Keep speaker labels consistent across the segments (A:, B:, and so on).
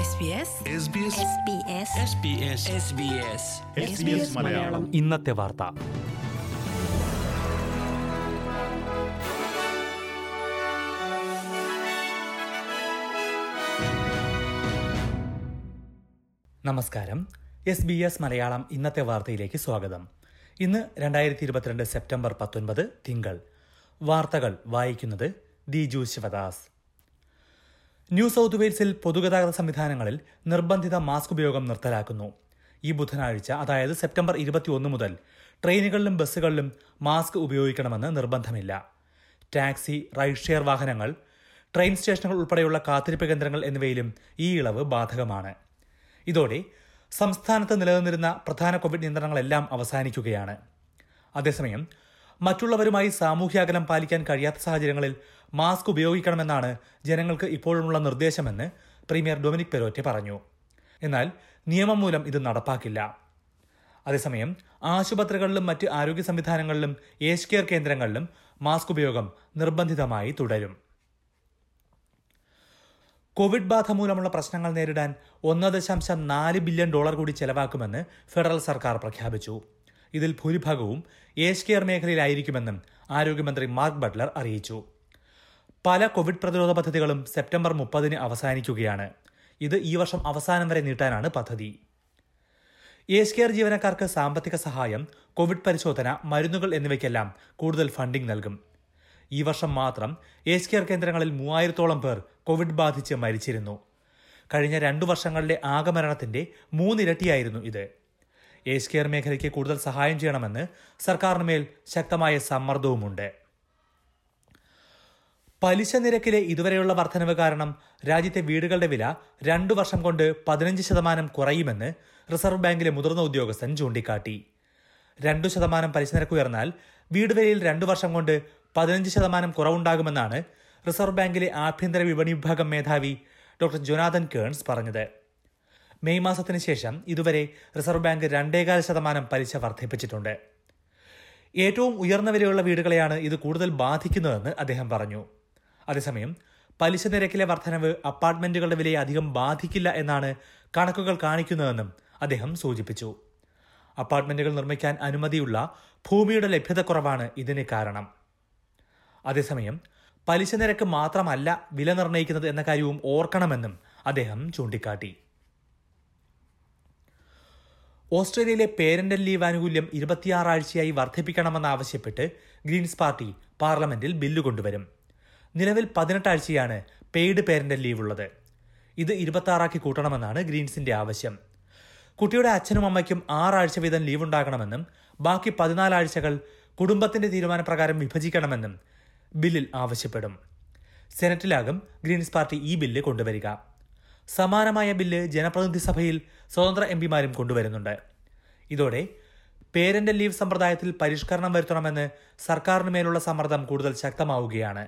A: SBS
B: S B S
A: SBS
C: Malayalam
D: ഇന്നത്തെ വാർത്ത നമസ്കാരം എസ് ബി എസ് മലയാളം ഇന്നത്തെ വാർത്തയിലേക്ക് സ്വാഗതം ഇന്ന് രണ്ടായിരത്തി ഇരുപത്തിരണ്ട് സെപ്റ്റംബർ പത്തൊൻപത് തിങ്കൾ വാർത്തകൾ വായിക്കുന്നത് ദിജു ശിവദാസ് ന്യൂ സൗത്ത് വെയിൽസിൽ പൊതുഗതാഗത സംവിധാനങ്ങളിൽ നിർബന്ധിത മാസ്ക് ഉപയോഗം നിർത്തലാക്കുന്നു ഈ ബുധനാഴ്ച അതായത് സെപ്റ്റംബർ 21 മുതൽ ട്രെയിനുകളിലും ബസ്സുകളിലും മാസ്ക് ഉപയോഗിക്കണമെന്ന് നിർബന്ധമില്ല ടാക്സി റൈഡ് ഷെയർ വാഹനങ്ങൾ ട്രെയിൻ സ്റ്റേഷനുകൾ ഉൾപ്പെടെയുള്ള കാത്തിരിപ്പ് കേന്ദ്രങ്ങൾ എന്നിവയിലും ഈ ഇളവ് ബാധകമാണ് ഇതോടെ സംസ്ഥാനത്ത് നിലനിന്നിരുന്ന പ്രധാന കോവിഡ് നിയന്ത്രണങ്ങളെല്ലാം അവസാനിക്കുകയാണ് അതേസമയം മറ്റുള്ളവരുമായി സാമൂഹ്യാകലം പാലിക്കാൻ കഴിയാത്ത സാഹചര്യങ്ങളിൽ മാസ്ക് ഉപയോഗിക്കണമെന്നാണ് ജനങ്ങൾക്ക് ഇപ്പോഴുമുള്ള നിർദ്ദേശമെന്ന് പ്രീമിയർ ഡൊമിനിക് പെരോറ്റെ പറഞ്ഞു എന്നാൽ നിയമം മൂലം ഇത് നടപ്പാക്കില്ല അതേസമയം ആശുപത്രികളിലും മറ്റ് ആരോഗ്യ സംവിധാനങ്ങളിലും ഏജ് കെയർ കേന്ദ്രങ്ങളിലും മാസ്ക് ഉപയോഗം നിർബന്ധിതമായി തുടരും കോവിഡ് ബാധ മൂലമുള്ള പ്രശ്നങ്ങൾ നേരിടാൻ ഒന്ന് ദശാംശം നാല് ബില്യൺ ഡോളർ കൂടി ചെലവാക്കുമെന്ന് ഫെഡറൽ സർക്കാർ പ്രഖ്യാപിച്ചു ഇതിൽ ഭൂരിഭാഗവും ഏജ് കെയർ മേഖലയിലായിരിക്കുമെന്നും ആരോഗ്യമന്ത്രി മാർക്ക് ബട്ട്ലർ അറിയിച്ചു പല കോവിഡ് പ്രതിരോധ പദ്ധതികളും സെപ്റ്റംബർ മുപ്പതിന് അവസാനിക്കുകയാണ് ഇത് ഈ വർഷം അവസാനം വരെ നീട്ടാനാണ് പദ്ധതി ഏജ് കെയർ ജീവനക്കാർക്ക് സാമ്പത്തിക സഹായം കോവിഡ് പരിശോധന മരുന്നുകൾ എന്നിവയ്ക്കെല്ലാം കൂടുതൽ ഫണ്ടിംഗ് നൽകും ഈ വർഷം മാത്രം ഏജ് കെയർ കേന്ദ്രങ്ങളിൽ മൂവായിരത്തോളം പേർ കോവിഡ് ബാധിച്ച് മരിച്ചിരുന്നു കഴിഞ്ഞ രണ്ടു വർഷങ്ങളിലെ ആകെ മരണത്തിന്റെ മൂന്നിരട്ടിയായിരുന്നു ഇത് ഏജ് കെയർ മേഖലയ്ക്ക് കൂടുതൽ സഹായം ചെയ്യണമെന്ന് സർക്കാരിന് മേൽ ശക്തമായ സമ്മർദ്ദവുമുണ്ട് പലിശ നിരക്കിലെ ഇതുവരെയുള്ള വർധനവ് കാരണം രാജ്യത്തെ വീടുകളുടെ വില രണ്ടു വർഷം കൊണ്ട് പതിനഞ്ച് ശതമാനം കുറയുമെന്ന് റിസർവ് ബാങ്കിലെ മുതിർന്ന ഉദ്യോഗസ്ഥൻ ചൂണ്ടിക്കാട്ടി രണ്ടു ശതമാനം പലിശ നിരക്ക് ഉയർന്നാൽ വീട് വിലയിൽ രണ്ടു വർഷം കൊണ്ട് പതിനഞ്ച് ശതമാനം കുറവുണ്ടാകുമെന്നാണ് റിസർവ് ബാങ്കിലെ ആഭ്യന്തര വിപണി വിഭാഗം മേധാവി ഡോക്ടർ ജൊനാഥൻ കേൺസ് പറഞ്ഞത് മെയ് മാസത്തിന് ശേഷം ഇതുവരെ റിസർവ് ബാങ്ക് രണ്ടേകാൽ ശതമാനം പലിശ വർദ്ധിപ്പിച്ചിട്ടുണ്ട് ഏറ്റവും ഉയർന്ന വിലയുള്ള വീടുകളെയാണ് ഇത് കൂടുതൽ ബാധിക്കുന്നതെന്ന് അദ്ദേഹം പറഞ്ഞു അതേസമയം പലിശ നിരക്കിലെ വർധനവ് അപ്പാർട്ട്മെന്റുകളുടെ വിലയെ അധികം ബാധിക്കില്ല എന്നാണ് കണക്കുകൾ കാണിക്കുന്നതെന്നും അദ്ദേഹം സൂചിപ്പിച്ചു അപ്പാർട്ട്മെന്റുകൾ നിർമ്മിക്കാൻ അനുമതിയുള്ള ഭൂമിയുടെ ലഭ്യതക്കുറവാണ് ഇതിന് കാരണം അതേസമയം പലിശ നിരക്ക് മാത്രമല്ല വില നിർണ്ണയിക്കുന്നത് എന്ന കാര്യവും ഓർക്കണമെന്നും അദ്ദേഹം ചൂണ്ടിക്കാട്ടി ഓസ്ട്രേലിയയിലെ പേരന്റൽ ലീവ് ആനുകൂല്യം ഇരുപത്തിയാറാഴ്ചയായി വർദ്ധിപ്പിക്കണമെന്നാവശ്യപ്പെട്ട് ഗ്രീൻസ് പാർട്ടി പാർലമെന്റിൽ ബില്ല് കൊണ്ടുവരും നിലവിൽ പതിനെട്ടാഴ്ചയാണ് പെയ്ഡ് പേരന്റൽ ലീവ് ഉള്ളത് ഇത് ഇരുപത്തിയാറാക്കി കൂട്ടണമെന്നാണ് ഗ്രീൻസിന്റെ ആവശ്യം കുട്ടിയുടെ അച്ഛനും അമ്മയ്ക്കും ആറാഴ്ച വീതം ലീവ് ഉണ്ടാകണമെന്നും ബാക്കി പതിനാലാഴ്ചകൾ കുടുംബത്തിന്റെ തീരുമാനപ്രകാരം വിഭജിക്കണമെന്നും ബില്ലിൽ ആവശ്യപ്പെടും സെനറ്റിലാകും ഗ്രീൻസ് പാർട്ടി ഈ ബില്ല് കൊണ്ടുവരിക സമാനമായ ബില്ല് ജനപ്രതിനിധി സഭയിൽ സ്വതന്ത്ര എം പിമാരും കൊണ്ടുവരുന്നുണ്ട് ഇതോടെ പേരന്റ് ലീവ് സമ്പ്രദായത്തിൽ പരിഷ്കരണം വരുത്തണമെന്ന് സർക്കാരിന് മേലുള്ള സമ്മർദ്ദം കൂടുതൽ ശക്തമാവുകയാണ്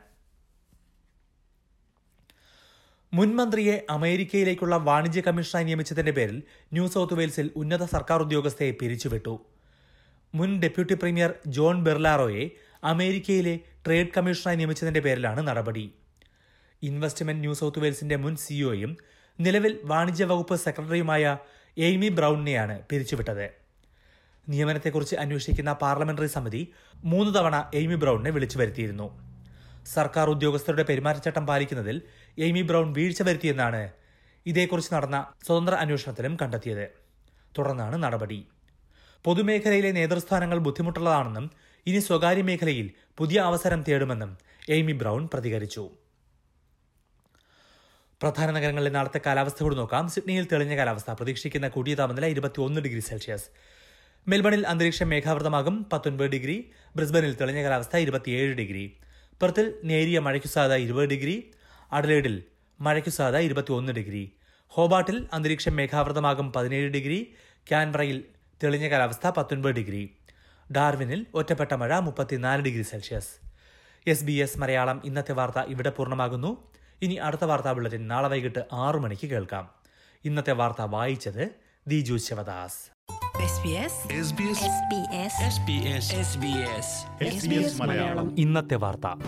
D: മുൻമന്ത്രിയെ അമേരിക്കയിലേക്കുള്ള വാണിജ്യ കമ്മീഷണറായി നിയമിച്ചതിന്റെ പേരിൽ ന്യൂ സൗത്ത് വെയിൽസിൽ ഉന്നത സർക്കാർ ഉദ്യോഗസ്ഥയെ പിരിച്ചുവിട്ടു മുൻ ഡെപ്യൂട്ടി പ്രീമിയർ ജോൺ ബെർലാറോയെ അമേരിക്കയിലെ ട്രേഡ് കമ്മീഷണറായി നിയമിച്ചതിന്റെ പേരിലാണ് നടപടി ഇൻവെസ്റ്റ്മെന്റ് ന്യൂ സൗത്ത് വെയിൽസിന്റെ മുൻ സിഇഒയും നിലവിൽ വാണിജ്യ വകുപ്പ് സെക്രട്ടറിയുമായ എയ്മി ബ്രൗണിനെയാണ് പിരിച്ചുവിട്ടത് നിയമനത്തെക്കുറിച്ച് അന്വേഷിക്കുന്ന പാർലമെന്ററി സമിതി മൂന്ന് തവണ എയ്മി ബ്രൗണിനെ വിളിച്ചു വരുത്തിയിരുന്നു സർക്കാർ ഉദ്യോഗസ്ഥരുടെ പെരുമാറ്റച്ചട്ടം പാലിക്കുന്നതിൽ എയ്മി ബ്രൗൺ വീഴ്ച വരുത്തിയെന്നാണ് ഇതേക്കുറിച്ച് നടന്ന സ്വതന്ത്ര അന്വേഷണത്തിലും കണ്ടെത്തിയത് തുടർന്നാണ് നടപടി പൊതുമേഖലയിലെ നേതൃസ്ഥാനങ്ങൾ ബുദ്ധിമുട്ടുള്ളതാണെന്നും ഇനി സ്വകാര്യ മേഖലയിൽ പുതിയ അവസരം തേടുമെന്നും എയ്മി ബ്രൗൺ പ്രതികരിച്ചു പ്രധാന നഗരങ്ങളിലെ നാളത്തെ കാലാവസ്ഥ കൂടി നോക്കാം സിഡ്നിയിൽ തെളിഞ്ഞ കാലാവസ്ഥ പ്രതീക്ഷിക്കുന്ന കൂടിയ താപനില ഇരുപത്തിയൊന്ന് ഡിഗ്രി സെൽഷ്യസ് മെൽബണിൽ അന്തരീക്ഷം മേഘാവൃതമാകും പത്തൊൻപത് ഡിഗ്രി ബ്രിസ്ബനിൽ തെളിഞ്ഞ കാലാവസ്ഥ ഇരുപത്തിയേഴ് ഡിഗ്രി പെർത്തിൽ നേരിയ മഴയ്ക്കു സാധ്യത ഇരുപത് ഡിഗ്രി അഡലേഡിൽ മഴയ്ക്കു സാധ്യത ഇരുപത്തിയൊന്ന് ഡിഗ്രി ഹോബാട്ടിൽ അന്തരീക്ഷം മേഘാവൃതമാകും പതിനേഴ് ഡിഗ്രി ക്യാൻബറയിൽ തെളിഞ്ഞ കാലാവസ്ഥ പത്തൊൻപത് ഡിഗ്രി ഡാർവിനിൽ ഒറ്റപ്പെട്ട മഴ മുപ്പത്തിനാല് degree Celsius S B S Malayalam ഇന്നത്തെ വാർത്ത ഇവിടെ പൂർണ്ണമാകുന്നു ഇനി അടുത്ത വാർത്താ ബുള്ളറ്റിൻ നാളെ വൈകിട്ട് ആറു മണിക്ക് കേൾക്കാം ഇന്നത്തെ വാർത്ത വായിച്ചത് Diju Sivadas
A: SBS
B: S B S
A: SBS
C: Malayalam
D: ഇന്നത്തെ വാർത്ത